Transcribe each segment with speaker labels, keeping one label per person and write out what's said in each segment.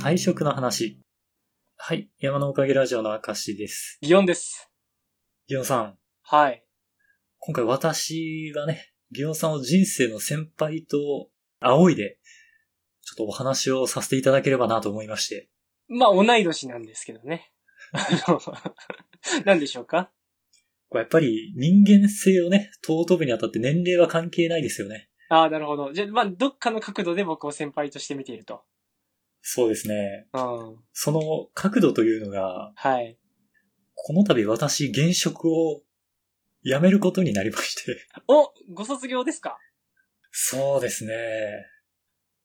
Speaker 1: 退職の話。はい。山のおかげラジオの証です。
Speaker 2: 祇園です。
Speaker 1: ギオンさん。
Speaker 2: はい。
Speaker 1: 今回私がね、ギオンさんを人生の先輩と仰いで、ちょっとお話をさせていただければなと思いまして。
Speaker 2: まあ、同い年なんですけどね。 あの、何でしょうか
Speaker 1: これやっぱり人間性をね、尊ぶにあたって年齢は関係ないですよね。
Speaker 2: ああ、なるほど。じゃあ、まあ、どっかの角度で僕を先輩として見ていると。
Speaker 1: そうですね。
Speaker 2: うん。
Speaker 1: その角度というのが、
Speaker 2: はい。
Speaker 1: この度私現職を辞めることになりまして。
Speaker 2: お、ご卒業ですか
Speaker 1: そうですね。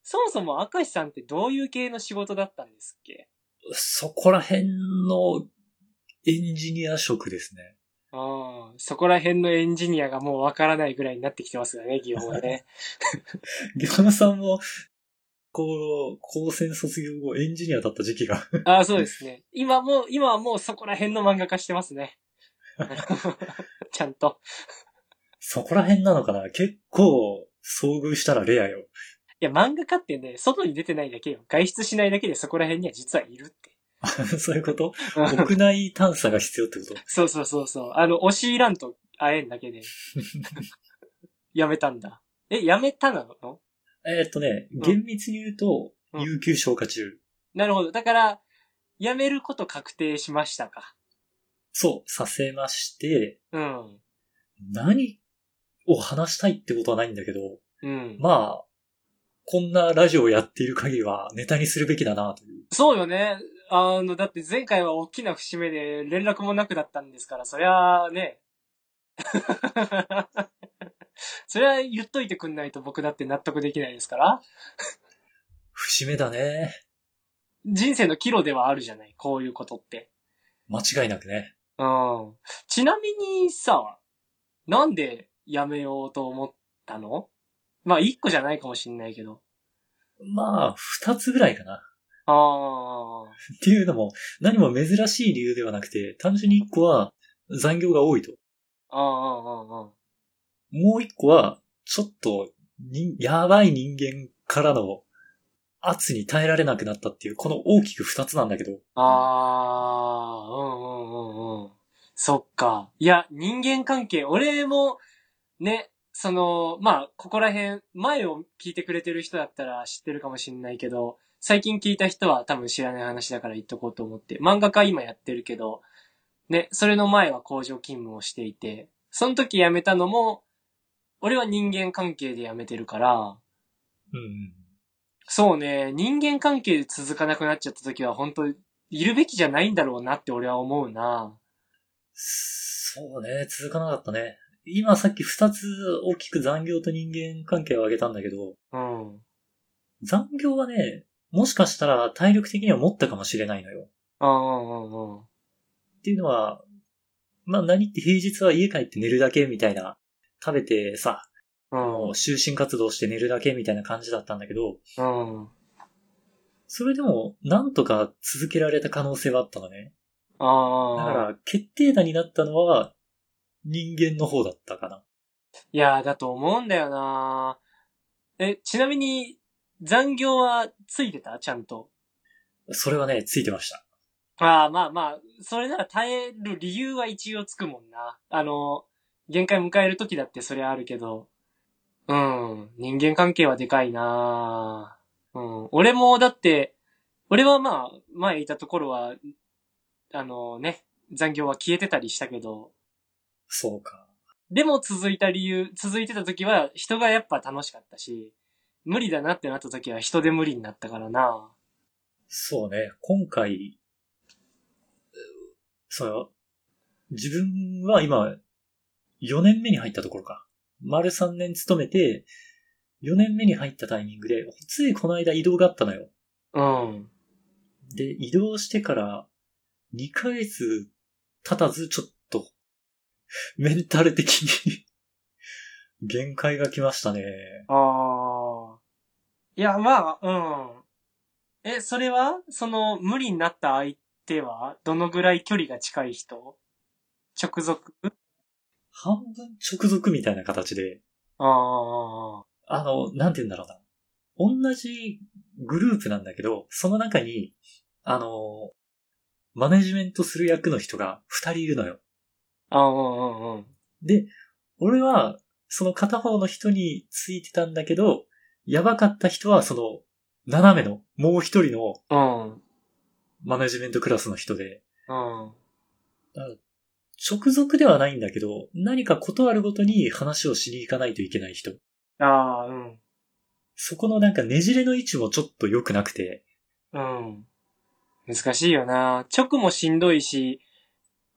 Speaker 2: そもそも明石さんってどういう系の仕事だったんですっけ
Speaker 1: そこら辺のエンジニア職ですね。
Speaker 2: ああ、そこら辺のエンジニアがもうわからないぐらいになってきてますよね、祇園は ね。
Speaker 1: ギョナさんも、こう、高専卒業後エンジニアだった時期が。
Speaker 2: ああ、そうですね。今もう、今はもうそこら辺の漫画化してます ね。ちゃんと。
Speaker 1: そこら辺なのかな結構、遭遇したらレアよ。
Speaker 2: いや、漫画家ってね、外に出てないだけよ。外出しないだけでそこら辺には実はいるって。
Speaker 1: そういうこと国内探査が必要ってこと
Speaker 2: そうそうそうそう。あの、押し入らんと会えんだけで。やめたんだ。え、やめたなの
Speaker 1: えーっとね、
Speaker 2: ん
Speaker 1: 厳密に言うと、
Speaker 2: うん
Speaker 1: 有給消化中。
Speaker 2: なるほど。だから、やめること確定しましたか。
Speaker 1: そう、させまして、
Speaker 2: うん。
Speaker 1: 何を話したいってことはないんだけど、
Speaker 2: うん。
Speaker 1: まあ、こんなラジオをやっている限りはネタにするべきだなという。
Speaker 2: そうよね。あの、だって前回は大きな節目で連絡もなくだったんですから、そりゃあね。 それは言っといてくんないと僕だって納得できないですから。
Speaker 1: 節目だね。
Speaker 2: 人生の岐路ではあるじゃない、こういうことって。
Speaker 1: 間違いなくね。
Speaker 2: うん。ちなみにさ、なんで辞めようと思ったのまあ、一個じゃないかもしんないけど。
Speaker 1: まあ、二つぐらいかな。
Speaker 2: ああ。
Speaker 1: っていうのも、何も珍しい理由ではなくて、単純に一個は残業が多いと。
Speaker 2: ああ、ああ、
Speaker 1: もう一個は、ちょっとに、やばい人間からの圧に耐えられなくなったっていう、この大きく二つなんだけど、
Speaker 2: ああ。ああ、うんうんうんうん。そっか。いや、人間関係、俺も、ね、その、まあ、ここら辺、前を聞いてくれてる人だったら知ってるかもしんないけど、最近聞いた人は多分知らない話だから言っとこうと思って、漫画家今やってるけど、ね、それの前は工場勤務をしていて、その時辞めたのも、俺は人間関係で辞めてるから、
Speaker 1: うんうん。
Speaker 2: そうね、人間関係で続かなくなっちゃった時は本当いるべきじゃないんだろうなって俺は思うな。
Speaker 1: そうね、続かなかったね。今さっき二つ大きく残業と人間関係を挙げたんだけど、
Speaker 2: うん。
Speaker 1: 残業はね、もしかしたら体力的には持ったかもしれないのよ。
Speaker 2: ああ、
Speaker 1: っていうのは、まあ何って平日は家帰って寝るだけみたいな、食べてさ、
Speaker 2: うん、うん。
Speaker 1: 就寝活動して寝るだけみたいな感じだったんだけど、
Speaker 2: うん。
Speaker 1: それでもなんとか続けられた可能性はあったのね。だか
Speaker 2: ああ。
Speaker 1: ら決定打になったのは人間の方だったかな。
Speaker 2: いやー、だと思うんだよな。え、ちなみに、残業はついてたちゃんと。
Speaker 1: それはね、ついてました。
Speaker 2: ああ、まあまあ、それなら耐える理由は一応つくもんな。あの、限界迎える時だってそれあるけど。うん、人間関係はでかいなうん、俺もだって、俺はまあ、前いたところは、あのね、残業は消えてたりしたけど、
Speaker 1: そうか。
Speaker 2: でも続いた理由、続いてた時は人がやっぱ楽しかったし、無理だなってなった時は人で無理になったからな
Speaker 1: そうね、今回、うそうよ。自分は今、4年目に入ったところか。丸3年勤めて、4年目に入ったタイミングで、ついこの間移動があったのよ。
Speaker 2: うん。
Speaker 1: で、移動してから2ヶ月経たず、ちょっと、メンタル的に、限界が来ましたね。
Speaker 2: ああ。いや、まあ、うん。え、それはその、無理になった相手は、どのぐらい距離が近い人直属
Speaker 1: 半分直属みたいな形で、
Speaker 2: ああ。
Speaker 1: あの、なんて言うんだろうな。同じグループなんだけど、その中に、あの、マネジメントする役の人が二人いるのよ。
Speaker 2: あうんうんうん。
Speaker 1: で、俺は、その片方の人についてたんだけど、やばかった人は、その、斜めの、もう一人の
Speaker 2: うん。
Speaker 1: マネジメントクラスの人で、
Speaker 2: うん。
Speaker 1: 直属ではないんだけど、何かことあるごとに話をしに行かないといけない人。
Speaker 2: ああ、うん。
Speaker 1: そこのなんかねじれの位置もちょっと良くなくて、
Speaker 2: うん。難しいよな。直もしんどいし、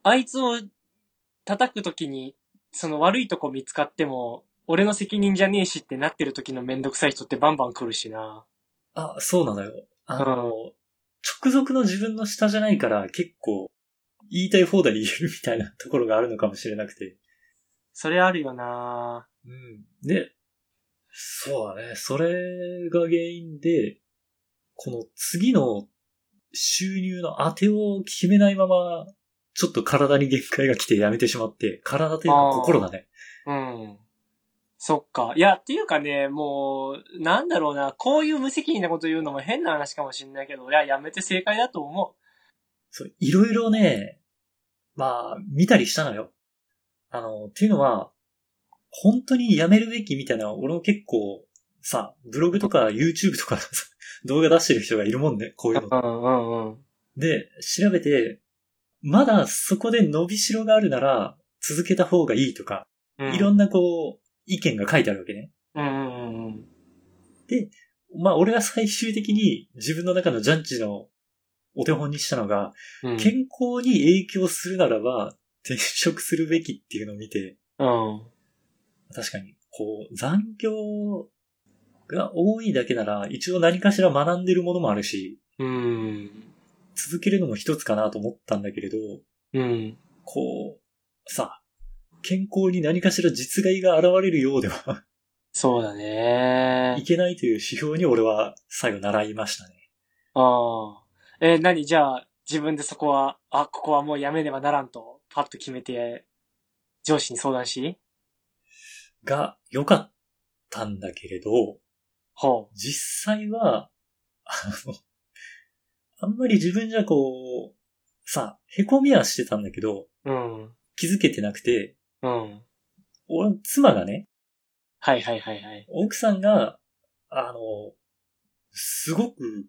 Speaker 2: あいつを叩くときに、その悪いとこ見つかっても、俺の責任じゃねえしってなってる時のめんどくさい人ってバンバン来るしな。
Speaker 1: あ、そうなのよ。あの、直属の自分の下じゃないから結構言いたい放題言えるみたいなところがあるのかもしれなくて。
Speaker 2: それあるよな。
Speaker 1: うん。で、そうだね。それが原因で、この次の収入の当てを決めないまま、ちょっと体に限界が来てやめてしまって、体というか心だね。
Speaker 2: うん。そっか。いや、っていうかね、もう、なんだろうな。こういう無責任なこと言うのも変な話かもしんないけど、いや、やめて正解だと思
Speaker 1: そう、いろいろね、まあ、見たりしたのよ。あの、っていうのは、本当にやめるべきみたいな、俺も結構、さ、ブログとか YouTube とか動画出してる人がいるもんね、こう
Speaker 2: う。
Speaker 1: いう
Speaker 2: う
Speaker 1: の。
Speaker 2: んうんうん。
Speaker 1: で、調べて、まだそこで伸びしろがあるなら、続けた方がいいとか、
Speaker 2: うん
Speaker 1: いろんなこう、意見が書いてあるわけね。
Speaker 2: うんうんうんうん。
Speaker 1: まあ、俺が最終的に自分の中のジャッジのお手本にしたのが、
Speaker 2: うん
Speaker 1: 健康に影響するならば、転職するべきっていうのを見て、
Speaker 2: うん。
Speaker 1: 確かに、こう、残業が多いだけなら、一応何かしら学んでるものもあるし、
Speaker 2: うん。
Speaker 1: 続けるのも一つかなと思ったんだけれど、
Speaker 2: うん。
Speaker 1: こう、さ、健康に何かしら実害が現れるようでは
Speaker 2: そうだね
Speaker 1: い。けないという指標に俺は最後習いましたね。
Speaker 2: ああ。えー、何じゃあ、自分でそこは、あ、ここはもうやめねばならんと、パッと決めて、上司に相談し
Speaker 1: が、良かったんだけれど、
Speaker 2: ほ
Speaker 1: 実際は、あの、あんまり自分じゃこう、さ、凹みはしてたんだけど、
Speaker 2: う。うん。
Speaker 1: 気づけてなくて、
Speaker 2: うん。
Speaker 1: 俺、妻がね、
Speaker 2: はいはいはいはい。
Speaker 1: 奥さんが、あの、すごく、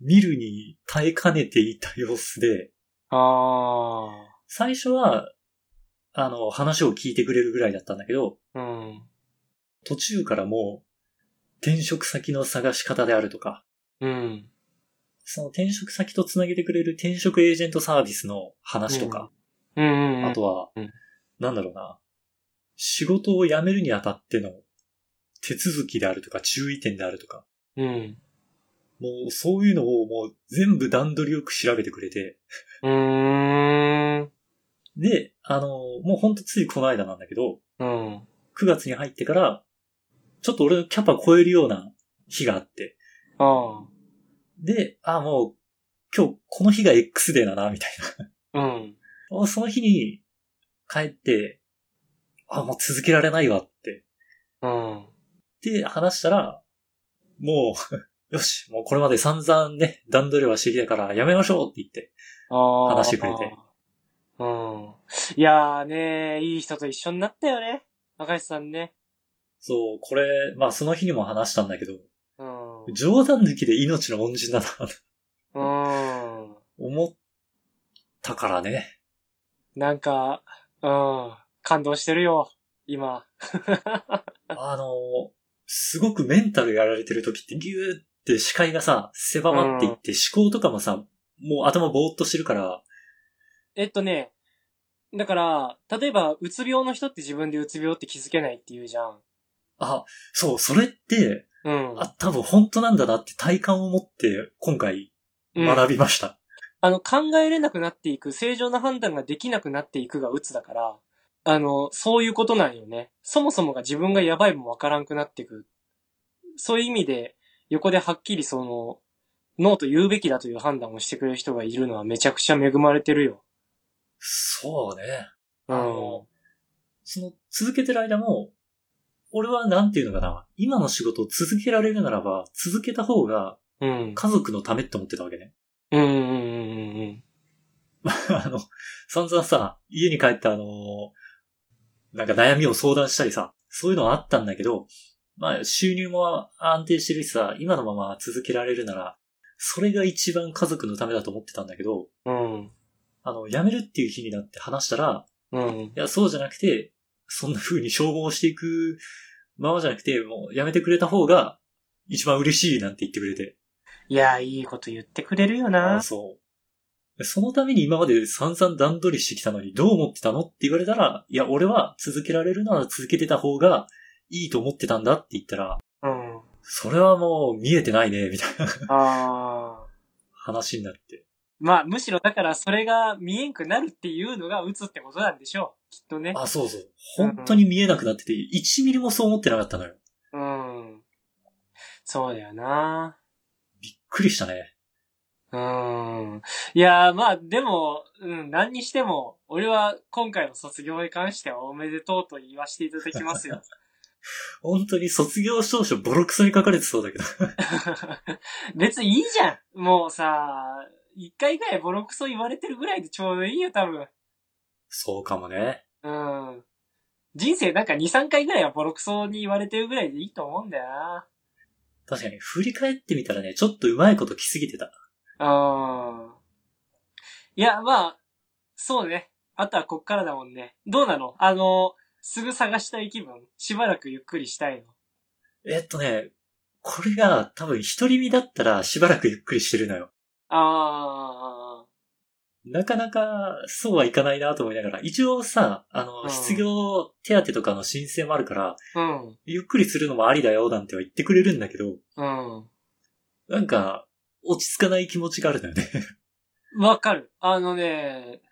Speaker 1: 見るに耐えかねていた様子で、
Speaker 2: あ
Speaker 1: 最初は、あの、話を聞いてくれるぐらいだったんだけど、
Speaker 2: あ。うん。
Speaker 1: 途中からもう、転職先の探し方であるとか、
Speaker 2: うん。
Speaker 1: その転職先とつなげてくれる転職エージェントサービスの話とか、
Speaker 2: うんうん、うん。
Speaker 1: あとは
Speaker 2: うん、
Speaker 1: なんだろうな、仕事を辞めるにあたっての手続きであるとか注意点であるとか、
Speaker 2: うん。
Speaker 1: もうそういうのをもう全部段取りよく調べてくれて、
Speaker 2: うーん。
Speaker 1: で、あの、もうほんとついこの間なんだけど、
Speaker 2: うん。
Speaker 1: 9月に入ってから、ちょっと俺のキャパ超えるような日があって、
Speaker 2: あ
Speaker 1: で、あ、もう、今日この日が X デーだな、 みたい
Speaker 2: あ。うん。
Speaker 1: な。もうその日に帰って、あ、もう続けられないわって、
Speaker 2: うん。
Speaker 1: で話したら、もう、 よし、もうこれまで散々ね、段取りはしてきたからやめましょうって言って、
Speaker 2: ああ。
Speaker 1: 話してくれて。
Speaker 2: うん。いやーねいい人と一緒になったよね。赤石さんね。
Speaker 1: そう、これ、まあその日にも話したんだけど、
Speaker 2: うん。
Speaker 1: 冗談抜きで命の恩人だな、と
Speaker 2: うん。
Speaker 1: 思ったからね。
Speaker 2: なんか、うん。感動してるよ。今。
Speaker 1: あの、すごくメンタルやられてる時ってギューって視界がさ、狭まっていって思考とかもさ、もう頭ぼーっとしてるから、
Speaker 2: えっとね、だから、例えば、うつ病の人って自分でうつ病って気づけないって言うじゃん。
Speaker 1: あ、そう、それって、
Speaker 2: うん。
Speaker 1: あ、多分本当なんだなって体感を持って今回
Speaker 2: うん、
Speaker 1: 学びました。
Speaker 2: あの、考えれなくなっていく、正常な判断ができなくなっていくがうつだから、あの、そういうことなんよね。そもそもが自分がやばいもわからんくなっていく。そういう意味で、横ではっきりその、ノーと言うべきだという判断をしてくれる人がいるのはめちゃくちゃ恵まれてるよ。
Speaker 1: そうね。
Speaker 2: う
Speaker 1: あの、その続けてる間も、俺はなんていうのかな、今の仕事を続けられるならば、続けた方が
Speaker 2: うん。
Speaker 1: 家族のためって思ってたわけね。
Speaker 2: うんうんうんうんうん。
Speaker 1: あの、散々さ、家に帰ってあのなんか悩みを相談したりさ、そういうのはあったんだけど、まあ収入も安定してるしさ、今のまま続けられるなら、それが一番家族のためだと思ってたんだけど、
Speaker 2: うん。
Speaker 1: あの、辞めるっていう日になって話したら、
Speaker 2: うん。
Speaker 1: いや、そうじゃなくて、そんな風に消耗していくままじゃなくて、もう辞めてくれた方が一番嬉しいなんて言ってくれて。
Speaker 2: いや、いいこと言ってくれるよ
Speaker 1: あ
Speaker 2: な。
Speaker 1: そう。そのために今まで散々段取りしてきたのにどう思ってたのって言われたら、いや、俺は続けられるなら続けてた方がいいと思ってたんだって言ったら、
Speaker 2: うん。あ
Speaker 1: それはもう見えてないね、みたいな
Speaker 2: あー。
Speaker 1: 話になって。
Speaker 2: まあ、むしろだからそれが見えんくなるっていうのが鬱ってことなんでしょう。きっとね。
Speaker 1: あ、そうそう。本当に見えなくなってて、1ミリもそう思ってなかったのよ。
Speaker 2: うん。そうだよな。
Speaker 1: びっくりしたね。
Speaker 2: うん。いやー、まあ、でも、うん、何にしても、俺は今回の卒業に関してはおめでとうと言わせていただきますよ。
Speaker 1: 本当に卒業証書ボロクソに書かれてそうだけど。
Speaker 2: 別にいいじゃん。もうさ、一回ぐらいボロクソ言われてるぐらいでちょうどいいよ、多分。
Speaker 1: そうかもね。
Speaker 2: うん。人生なんか2、3回ぐらいはボロクソに言われてるぐらいでいいと思うんだよな。
Speaker 1: 確かに、振り返ってみたらね、ちょっとうまいこと来すぎてた。
Speaker 2: うん。いや、まあ、そうね。あとはこっからだもんね。どうなのあの、すぐ探したい気分しばらくゆっくりしたいの
Speaker 1: えっとね、これが多分一人身だったらしばらくゆっくりしてるのよ。
Speaker 2: あ
Speaker 1: なかなかそうはいかないなと思いながら、一応さ、あの、
Speaker 2: うん
Speaker 1: 失業手当とかの申請もあるから、
Speaker 2: あ、うん、
Speaker 1: ゆっくりするのもありだよなんては言ってくれるんだけど、
Speaker 2: うん。
Speaker 1: なんか、落ち着かない気持ちがあるのよね。
Speaker 2: わかる。あのね、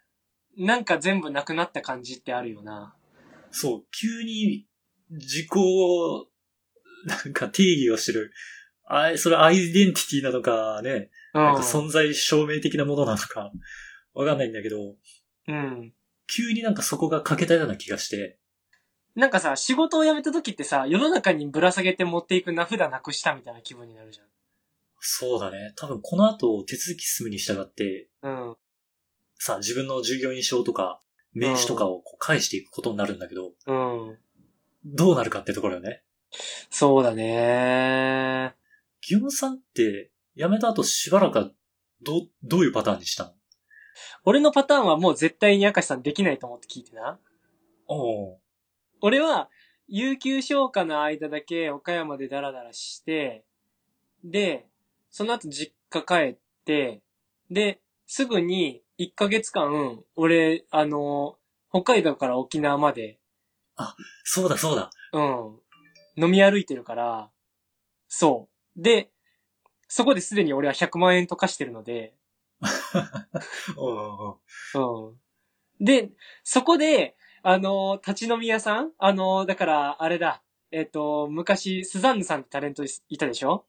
Speaker 2: なんか全部なくなった感じってあるよな。
Speaker 1: そう、急に自己を、なんか定義をしてる。あそれアイデンティティなのかね、
Speaker 2: う
Speaker 1: なん
Speaker 2: ん
Speaker 1: か。存在証明的なものなのか、わかんないんだけど、
Speaker 2: うん。
Speaker 1: 急になんかそこが欠けたような気がして、
Speaker 2: なんかさ、仕事を辞めた時ってさ、世の中にぶら下げて持っていく名札なくしたみたいな気分になるじ
Speaker 1: そうだね。多分この後手続き進むに従って、
Speaker 2: ゃん。うん。
Speaker 1: さ自分の従業員証とか、名刺とかをこう返していくことになるんだけど、
Speaker 2: うん。
Speaker 1: どうなるかってところよね。
Speaker 2: そうだね
Speaker 1: ギムさんって、辞めた後しばらくは、どう、どういうパターンにしたの
Speaker 2: 俺のパターンはもう絶対に明石さんできないと思って聞いてな。
Speaker 1: おう
Speaker 2: 俺は、有給消化の間だけ岡山でダラダラして、で、その後実家帰って、で、すぐに1ヶ月間、俺、あの、北海道から沖縄まで、
Speaker 1: そうだそうだ。
Speaker 2: うん、飲み歩いてるから、そう。で、そこですでに俺は100万円とかしてるので、
Speaker 1: おうおうおう
Speaker 2: うん。で、そこで、あのー、立ち飲み屋さんあのー、だから、あれだ。えっ、と、昔、スザンヌさんってタレントいいたでしょ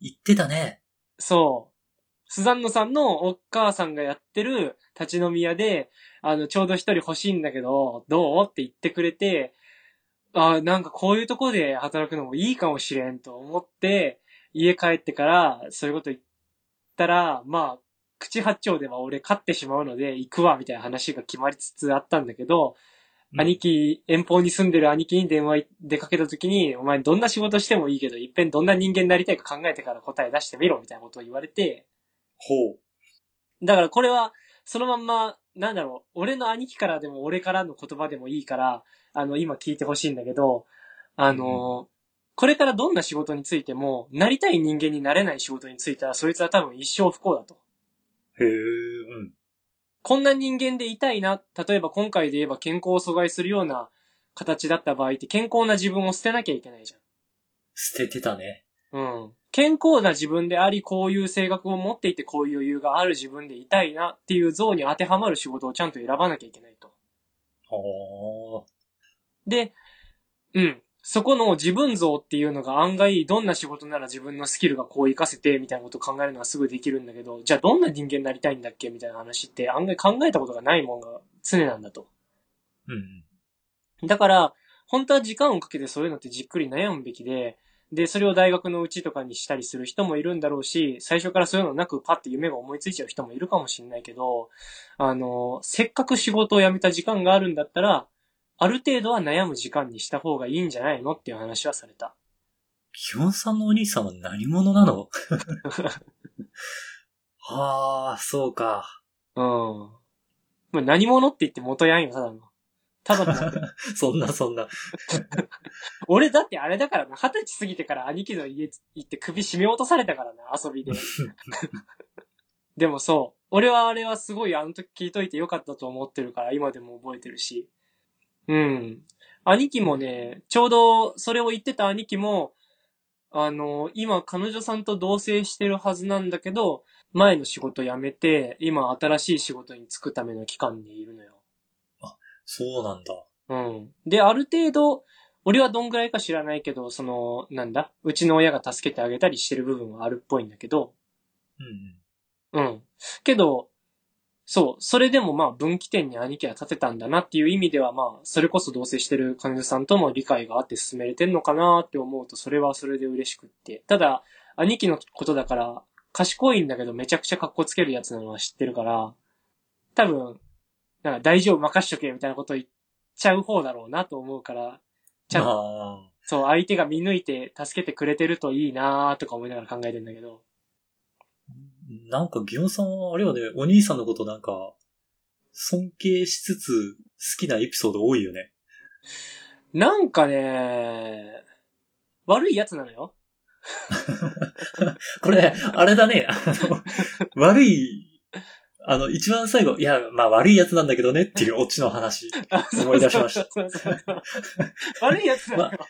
Speaker 1: 言ってたね。
Speaker 2: そう。スザンヌさんのお母さんがやってる立ち飲み屋で、あの、ちょうど一人欲しいんだけど、どうって言ってくれて、あなんかこういうとこで働くのもいいかもしれんと思って、家帰ってから、そういうこと言ったら、まあ、口八丁では俺勝ってしまうので行くわ、みたいな話が決まりつつあったんだけど、兄
Speaker 1: 貴。
Speaker 2: 貴、遠方に住んでる兄貴に電話出かけた時に、お前どんな仕事してもいいけど、いっぺんどんな人間になりたいか考えてから答え出してみろ、みたいなことを言われて、
Speaker 1: ほう。
Speaker 2: だからこれは、そのまんま、なんだろう、俺の兄貴からでも俺からの言葉でもいいから、あの、今聞いてほしいんだけど、あの、これからどんな仕事についても、なりたい人間になれない仕事については、そいつは多分一生不幸だと。
Speaker 1: へえ、うん。
Speaker 2: こんな人間でいたいな。例えば今回で言えば健康を阻害するような形だった場合って健康な自分を捨てなきゃいけないじ
Speaker 1: 捨ててたね。
Speaker 2: ゃん。うん。健康な自分であり、こういう性格を持っていて、こういう余裕がある自分でいたいなっていう像に当てはまる仕事をちゃんと選ばなきゃいけないと。
Speaker 1: ほう。
Speaker 2: で、うん。そこの自分像っていうのが案外どんな仕事なら自分のスキルがこう活かせてみたいなことを考えるのはすぐできるんだけど、じゃあどんな人間になりたいんだっけみたいな話って案外考えたことがないもんが常なんだと。
Speaker 1: うん。
Speaker 2: だから、本当は時間をかけてそういうのってじっくり悩むべきで、で、それを大学のうちとかにしたりする人もいるんだろうし、最初からそういうのなくパッて夢が思いついちゃう人もいるかもしれないけど、あの、せっかく仕事を辞めた時間があるんだったら、ある程度は悩む時間にした方がいいんじゃないのっていう話はされた。
Speaker 1: キヨンさんのお兄さんは何者なのはあ、そうか。
Speaker 2: うん。まあ、何者って言って元ヤンよ、ただの。ただの。
Speaker 1: そんなそんな。
Speaker 2: 俺だってあれだからな、二十歳過ぎてから兄貴の家行って首絞め落とされたからな、遊びで。でもそう。俺はあれはすごいあの時聞いといてよかったと思ってるから、今でも覚えてるし。うん。兄貴もね、ちょうどそれを言ってた兄貴も、あの、今彼女さんと同棲してるはずなんだけど、前の仕事辞めて、今新しい仕事に就くための期間にいるのよ。
Speaker 1: そうなんだ。
Speaker 2: うん。で、ある程度、俺はどんぐらいか知らないけど、その、なんだ、うちの親が助けてあげたりしてる部分はあるっぽいんだけど、
Speaker 1: うんうん。
Speaker 2: うん。けど、そう、それでもまあ分岐点に兄貴は立てたんだなっていう意味ではまあ、それこそ同棲してる彼女さんとも理解があって進めれてんのかなって思うと、それはそれで嬉しくって。ただ、兄貴のことだから、賢いんだけどめちゃくちゃ格好つけるやつなのは知ってるから、多分、なんか大丈夫任しとけみたいなこと言っちゃう方だろうなと思うから、ちゃんと
Speaker 1: あ
Speaker 2: そう、相手が見抜いて助けてくれてるといいなーとか思いながら考えてんだけど。
Speaker 1: ーなんか、ギヨンさんはあれはね、お兄さんのことなんか、尊敬しつつ、好きなエピソード多いよね。
Speaker 2: なんかね、悪いやつなのよ。
Speaker 1: これ、あれだね、あの、 悪い、あの、一番最後、いや、まあ悪いやつなんだけどねっていうオチの 話。思い出しました
Speaker 2: そうそうそうそう。 悪いやつなのよ。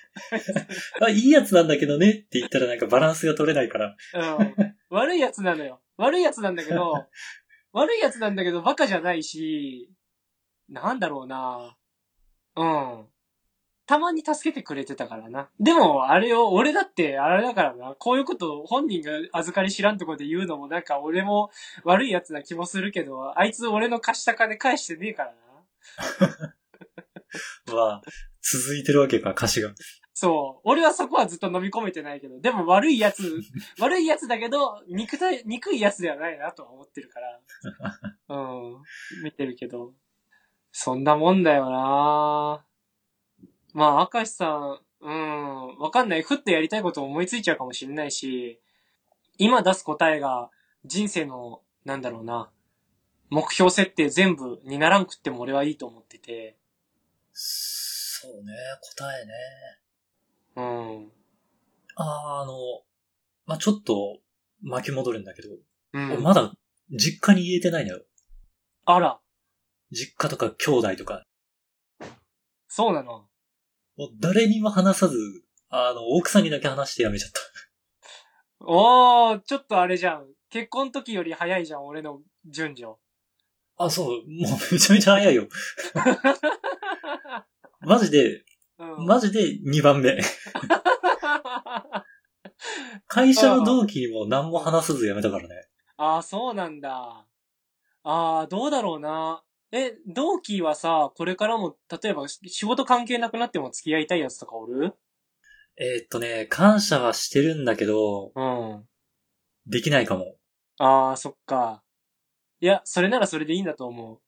Speaker 1: あ、いいやつなんだけどねって言ったらなんかバランスが取れないから。
Speaker 2: うん悪いやつなのよ。悪いやつなんだけ ど、悪いやつなんだけど、バカじゃないし、なんだろうなうん。たまに助けてくれてたからな。でも、あれを、俺だって、あれだからな、こういうことを本人が預かり知らんとこで言うのも、なんか俺も悪いやつな気もするけど、あいつ俺の貸した金返してねえからな。
Speaker 1: まあ、続いてるわけか、歌詞が。
Speaker 2: そう。俺はそこはずっと飲み込めてないけど、でも悪いやつ、悪いやつだけど、憎たい、憎いやつではないなとは思ってるから。うん。見てるけど。そんなもんだよなまあ、明石さん、うん、わかんない。ふっとやりたいこと思いついちゃうかもしれないし、今出す答えが人生の、なんだろうな、目標設定全部にならんくっても俺はいいと思ってて、
Speaker 1: そうね、答えね。
Speaker 2: うん。
Speaker 1: あーあの、まあちょっと巻き戻るんだけど、
Speaker 2: うん。
Speaker 1: まだ実家に言えてないのよ。
Speaker 2: あら、
Speaker 1: 実家とか兄弟とか。
Speaker 2: そうなの。
Speaker 1: もう誰にも話さず、あの、奥さんにだけ話してやめちゃった。
Speaker 2: おー、ちょっとあれじゃん。結婚時より早いじゃん、俺の順序。
Speaker 1: あ、そう、もうめちゃめちゃ早い よ。マジで、
Speaker 2: うん、
Speaker 1: マジで2番目。会社の同期にも何も話さず辞めたからね。
Speaker 2: ああ、そうなんだ。ああ、どうだろうな。え、同期はさ、これからも、例えば仕事関係なくなっても付き合いたいやつとかおる
Speaker 1: えーっとね、感謝はしてるんだけど、
Speaker 2: うん。
Speaker 1: できないかも。
Speaker 2: ああ、そっか。いや、それならそれでいいんだと思う。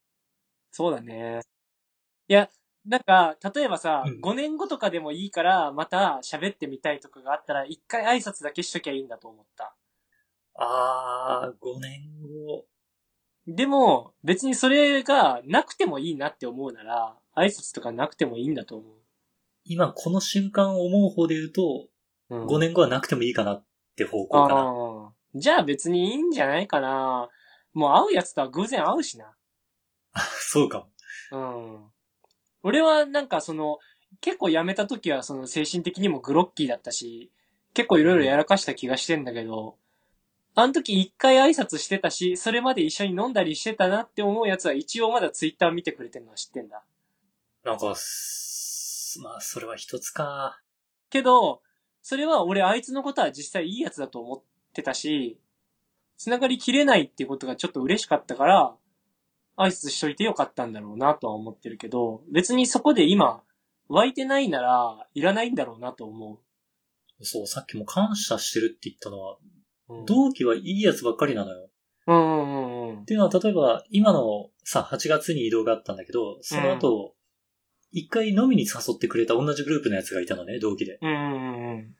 Speaker 2: そうだね。いや、なんか、例えばさ、
Speaker 1: うん
Speaker 2: 5年後とかでもいいから、また喋ってみたいとかがあったら、一回挨拶だけしときゃいいんだと思った。
Speaker 1: あー、5年後。
Speaker 2: でも、別にそれがなくてもいいなって思うなら、挨拶とかなくてもいいんだと思
Speaker 1: 今この瞬間思う方で言うと、
Speaker 2: う。うん、
Speaker 1: 5年後はなくてもいいかなって方向かな。
Speaker 2: ああ。じゃあ別にいいんじゃないかな。もう会うやつとは偶然会うしな。
Speaker 1: そうかも。
Speaker 2: うん。俺はなんかその、結構辞めた時はその精神的にもグロッキーだったし、結構いろいろやらかした気がしてんだけど、あの時一回挨拶してたし、それまで一緒に飲んだりしてたなって思うやつは一応まだツイッター見てくれてるのは知ってんだ。
Speaker 1: なんか、すまあ、それは一つか。
Speaker 2: けど、それは俺あいつのことは実際いいやつだと思ってたし、つながりきれないっていうことがちょっと嬉しかったから、挨拶しといてよかったんだろうなとは思ってるけど、別にそこで今、湧いてないなら、いらないんだろうなと思う。
Speaker 1: そう、さっきも感謝してるって言ったのは、
Speaker 2: うん
Speaker 1: 同期はいいやつばっかりなのよ。
Speaker 2: うんうんうんうん
Speaker 1: っ。ていうのは、例えば、今のさ、8月に移動があったんだけど、その後、一、回飲みに誘ってくれた同じグループのやつがいたのね、同期で。
Speaker 2: うんうんうん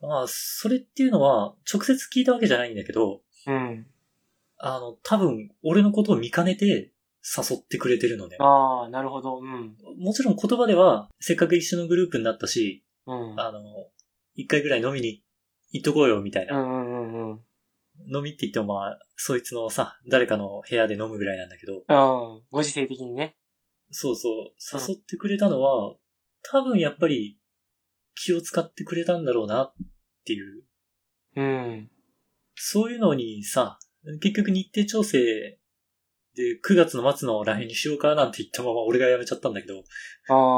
Speaker 1: まあ、それっていうのは、直接聞いたわけじゃないんだけど、
Speaker 2: うん。うん。
Speaker 1: あの、多分、俺のことを見かねて、誘ってくれてるのね。
Speaker 2: ああ、なるほど。うん。
Speaker 1: もちろん言葉では、せっかく一緒のグループになったし、
Speaker 2: うん。
Speaker 1: あの、一回ぐらい飲みに行っとこうよ、みたいうな。
Speaker 2: んうんうんうん。
Speaker 1: 飲みって言ってもまあ、そいつのさ、誰かの部屋で飲むぐらいなんだけど、
Speaker 2: うん。ご時世的にね。
Speaker 1: そうそう、誘ってくれたのは、多分やっぱり気を使ってくれたんだろうなっていう、
Speaker 2: うん。
Speaker 1: そういうのにさ、結局日程調整で9月の末の来年にしようかなんて言ったまま俺が辞めちゃったんだけど、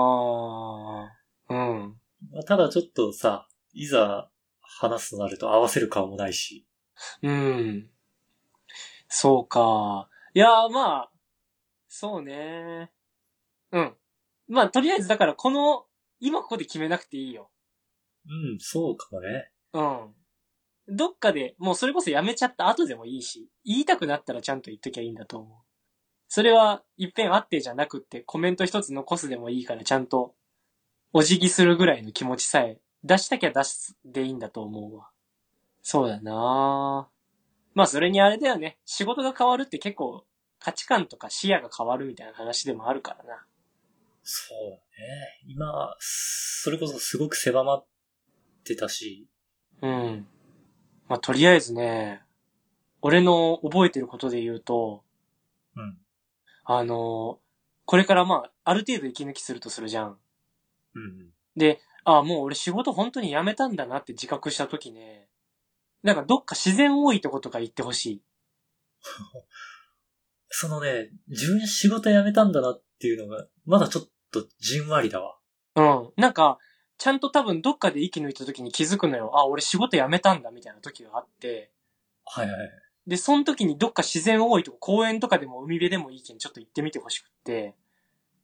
Speaker 2: ああ、うん。
Speaker 1: まあただちょっとさ、いざ話すとなると合わせる顔もないし、
Speaker 2: うん。そうか。いやー、まあ、そうね。うん。まあ、とりあえず、だから、この、今ここで決めなくていいよ。
Speaker 1: うん、そうかもね。
Speaker 2: うん。どっかで、もうそれこそやめちゃった後でもいいし、言いたくなったらちゃんと言っときゃいいんだと思う。それは、一遍あってじゃなくって、コメント一つ残すでもいいから、ちゃんと、お辞儀するぐらいの気持ちさえ、出したきゃ出すでいいんだと思うわ。そうだなぁまあ、それにあれだよね。仕事が変わるって結構、価値観とか視野が変わるみたいな話でもあるからな。
Speaker 1: そうだね。今、それこそすごく狭まってたし、
Speaker 2: うん。まあ、とりあえずね、俺の覚えてることで言うと、
Speaker 1: うん、
Speaker 2: あの、これからまあ、ある程度息抜きするとするじゃん。
Speaker 1: うんうん、
Speaker 2: で、あもう俺仕事本当に辞めたんだなって自覚した時ね、なんかどっか自然多いとことか行ってほしい。
Speaker 1: そのね、自分仕事辞めたんだなっていうのが、まだちょっとじんわりだわ。
Speaker 2: うん。なんか、ちゃんと多分どっかで息抜いた時に気づくのよ。あ、俺仕事辞めたんだみたいな時があって、
Speaker 1: はいはい。
Speaker 2: で、その時にどっか自然多いとこ、公園とかでも海辺でもいいけんちょっと行ってみてほしくって、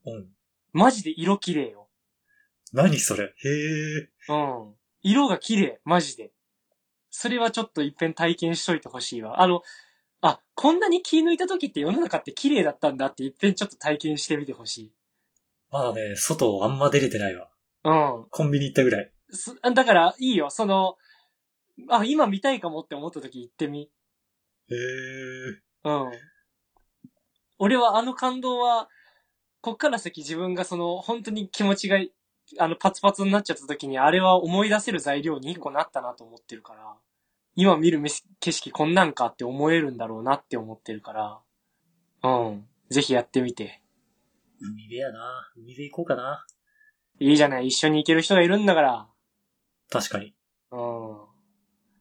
Speaker 1: うん。
Speaker 2: マジで色綺麗よ。
Speaker 1: 何それへえ。
Speaker 2: うん。色が綺麗、マジで。それはちょっと一遍体験しといてほしいわ。あの、あ、こんなに気抜いた時って世の中って綺麗だったんだって一遍ちょっと体験してみてほしい。
Speaker 1: まだね、外あんま出れてないわ。
Speaker 2: うん。
Speaker 1: コンビニ行ったぐらい。
Speaker 2: すだから、いいよ、その、あ、今見たいかもって思った時行ってみ。
Speaker 1: へえ。
Speaker 2: うん。俺はあの感動は、こっから先自分がその、本当に気持ちが、あの、パツパツになっちゃった時に、あれは思い出せる材料に一個なったなと思ってるから、今見るめし景色こんなんかって思えるんだろうなって思ってるから、うん。ぜひやってみて。
Speaker 1: 海辺やな。海辺行こうかな。
Speaker 2: いいじゃない、一緒に行ける人がいるんだから、
Speaker 1: 確かに。
Speaker 2: うん。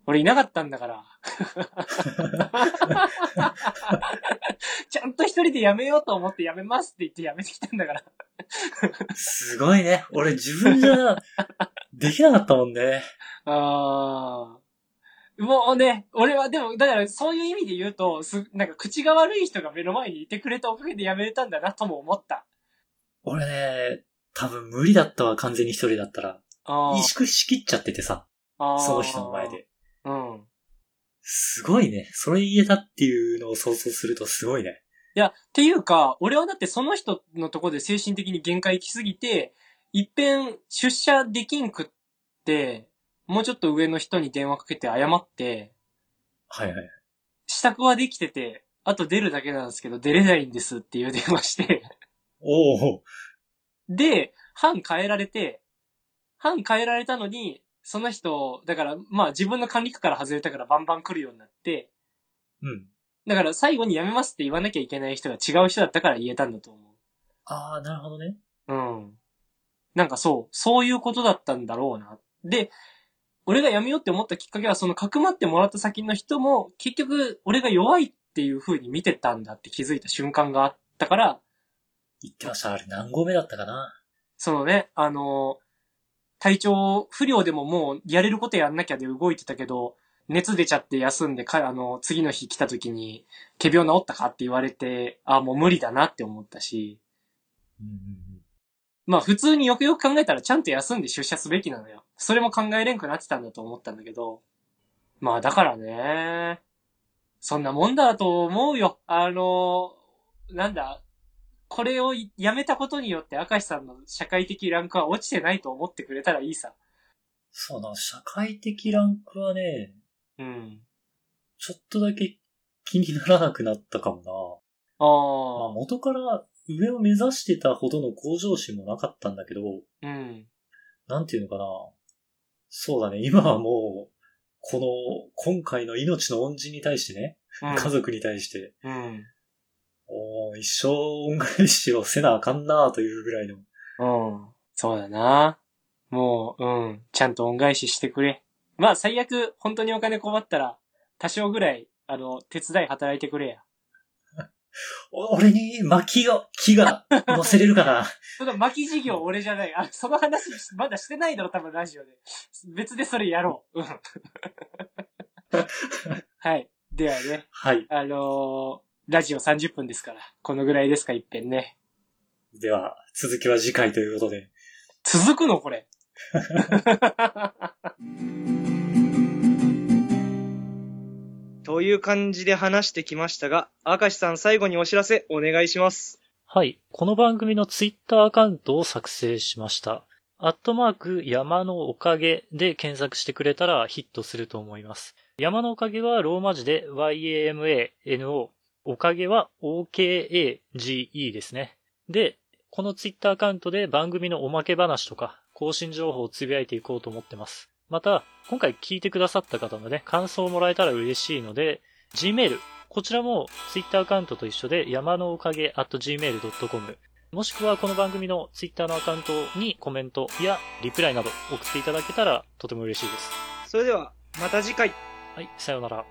Speaker 2: 俺いなかったんだから。 ちゃんと一人でやめようと思ってやめますって言ってやめてきたんだから。
Speaker 1: すごいね。俺自分じ ゃ、できなかったもんね。
Speaker 2: ああ。もうね、俺はでも、だからそういう意味で言うと、す、なんか口が悪い人が目の前にいてくれたおかげでやめれたんだなとも思った。
Speaker 1: 俺ね、多分無理だったわ、完全に一人だったら。
Speaker 2: あ
Speaker 1: 萎縮しきっちゃっててさ、
Speaker 2: あ
Speaker 1: その人の前で。。
Speaker 2: うん。
Speaker 1: すごいね。それ言えたっていうのを想像するとすごいね。
Speaker 2: いや、っていうか、俺はだってその人のとこで精神的に限界行きすぎて、一遍出社できんくって、もうちょっと上の人に電話かけて謝って、
Speaker 1: はいはい。
Speaker 2: 支度はできてて、あと出るだけなんですけど、出れないんですっていう電話して、
Speaker 1: おお。
Speaker 2: で、班変えられて、班変えられたのに、その人、だから、まあ自分の管理区から外れたからバンバン来るようになって、
Speaker 1: うん。
Speaker 2: だから最後に辞めますって言わなきゃいけない人が違う人だったから言えたんだと思う。
Speaker 1: ああ、なるほどね。
Speaker 2: うん。なんかそう、そういうことだったんだろうな。で、俺がやめようって思ったきっかけは、そのかくまってもらった先の人も、結局、俺が弱いっていう風に見てたんだって気づいた瞬間があったから、
Speaker 1: 言ってました。あれ何合目だったかな
Speaker 2: そのね、あの、体調不良でももうやれることやんなきゃで動いてたけど、熱出ちゃって休んでか、あの、次の日来た時に、仮病治ったかって言われて、あ、もう無理だなって思ったし、
Speaker 1: うんうん
Speaker 2: まあ普通によくよく考えたらちゃんと休んで出社すべきなのよ。それも考えれんくなってたんだと思ったんだけど。まあだからね、そんなもんだと思うよ。あの、なんだ、これをやめたことによって明石さんの社会的ランクは落ちてないと思ってくれたらいいさ。
Speaker 1: そうな、社会的ランクはね、
Speaker 2: うん。
Speaker 1: ちょっとだけ気にならなくなったかもな。まあ、
Speaker 2: あ
Speaker 1: 元から上を目指してたほどの向上心もなかったんだけど、
Speaker 2: あ、うん。
Speaker 1: なんていうのかな。そうだね、今はもう、この、今回の命の恩人に対してね、
Speaker 2: うん
Speaker 1: 家族に対して、
Speaker 2: うん。
Speaker 1: おー一生恩返しをせなあかんなあというぐらいの、
Speaker 2: うん。そうだな。もう、うん。ちゃんと恩返ししてくれ。まあ、最悪、本当にお金困ったら、多少ぐらい、あの、手伝い働いてくれや。
Speaker 1: お俺に薪を、木が乗せれるかな。
Speaker 2: その巻き事業俺じゃない。あ、その話、まだしてないだろ、多分ラジオで。別でそれやろう。 うん。はい。ではね、
Speaker 1: はい。
Speaker 2: あのーラジオ30分ですから、このぐらいですか、いっぺんね。
Speaker 1: では、続きは次回ということで。
Speaker 2: 続くのこれ。
Speaker 3: という感じで話してきましたが、明石さん最後にお知らせお願いします。
Speaker 1: はい。この番組のツイッターアカウントを作成しました。アットマーク山のおかげで検索してくれたらヒットすると思います。山のおかげはローマ字で YAMANO。おかげは OKAGE ですね。で、このツイッターアカウントで番組のおまけ話とか更新情報をつぶやいていこうと思ってます。また、今回聞いてくださった方のね、感想をもらえたら嬉しいので、Gmail、こちらも Twitter アカウントと一緒で山のおかげ at gmail.com もしくはこの番組の Twitter のアカウントにコメントやリプライなど送っていただけたらとても嬉しいです。
Speaker 3: それでは、また次回。
Speaker 1: はい、さようなら。